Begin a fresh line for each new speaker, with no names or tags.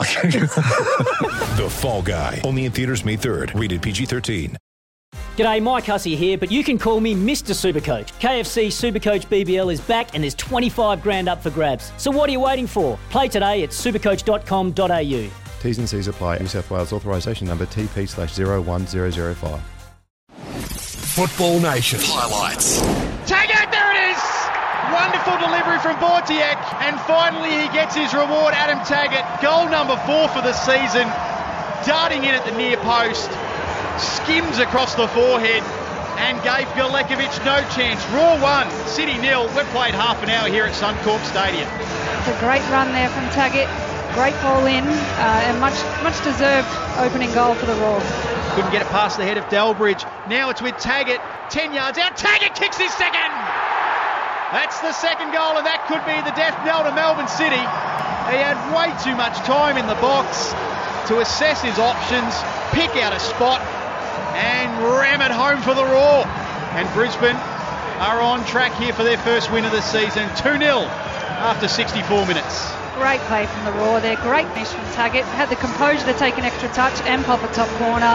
The Fall Guy. Only in theaters May 3rd. Rated PG-13.
G'day, Mike Hussey here, but you can call me Mr. Supercoach. KFC Supercoach BBL is back and there's 25 grand up for grabs. So what are you waiting for? Play today at supercoach.com.au.
T's and C's apply. New South Wales authorisation number TP slash 01005.
Football Nation.
Highlights.
Tag out, there it is! Wonderful delivery from Bortiak, and finally he gets his reward. Adam Taggart, goal number four for the season, darting in at the near post, skims across the forehead, and gave Galekovic no chance. Raw one, City nil. We've played half an hour here at Suncorp Stadium.
It's a great run there from Taggart. Great ball in, uh, and much much deserved opening goal for the Raw.
Couldn't get it past the head of Delbridge. Now it's with Taggart, 10 yards out. Taggart kicks his second! That's the second goal, and that could be the death knell to Melbourne City. He had way too much time in the box to assess his options, pick out a spot, and ram it home for the Raw. And Brisbane are on track here for their first win of the season 2 0 after 64 minutes.
Great play from the Raw there. Great mesh from Taggart. Had the composure to take an extra touch and pop a top corner.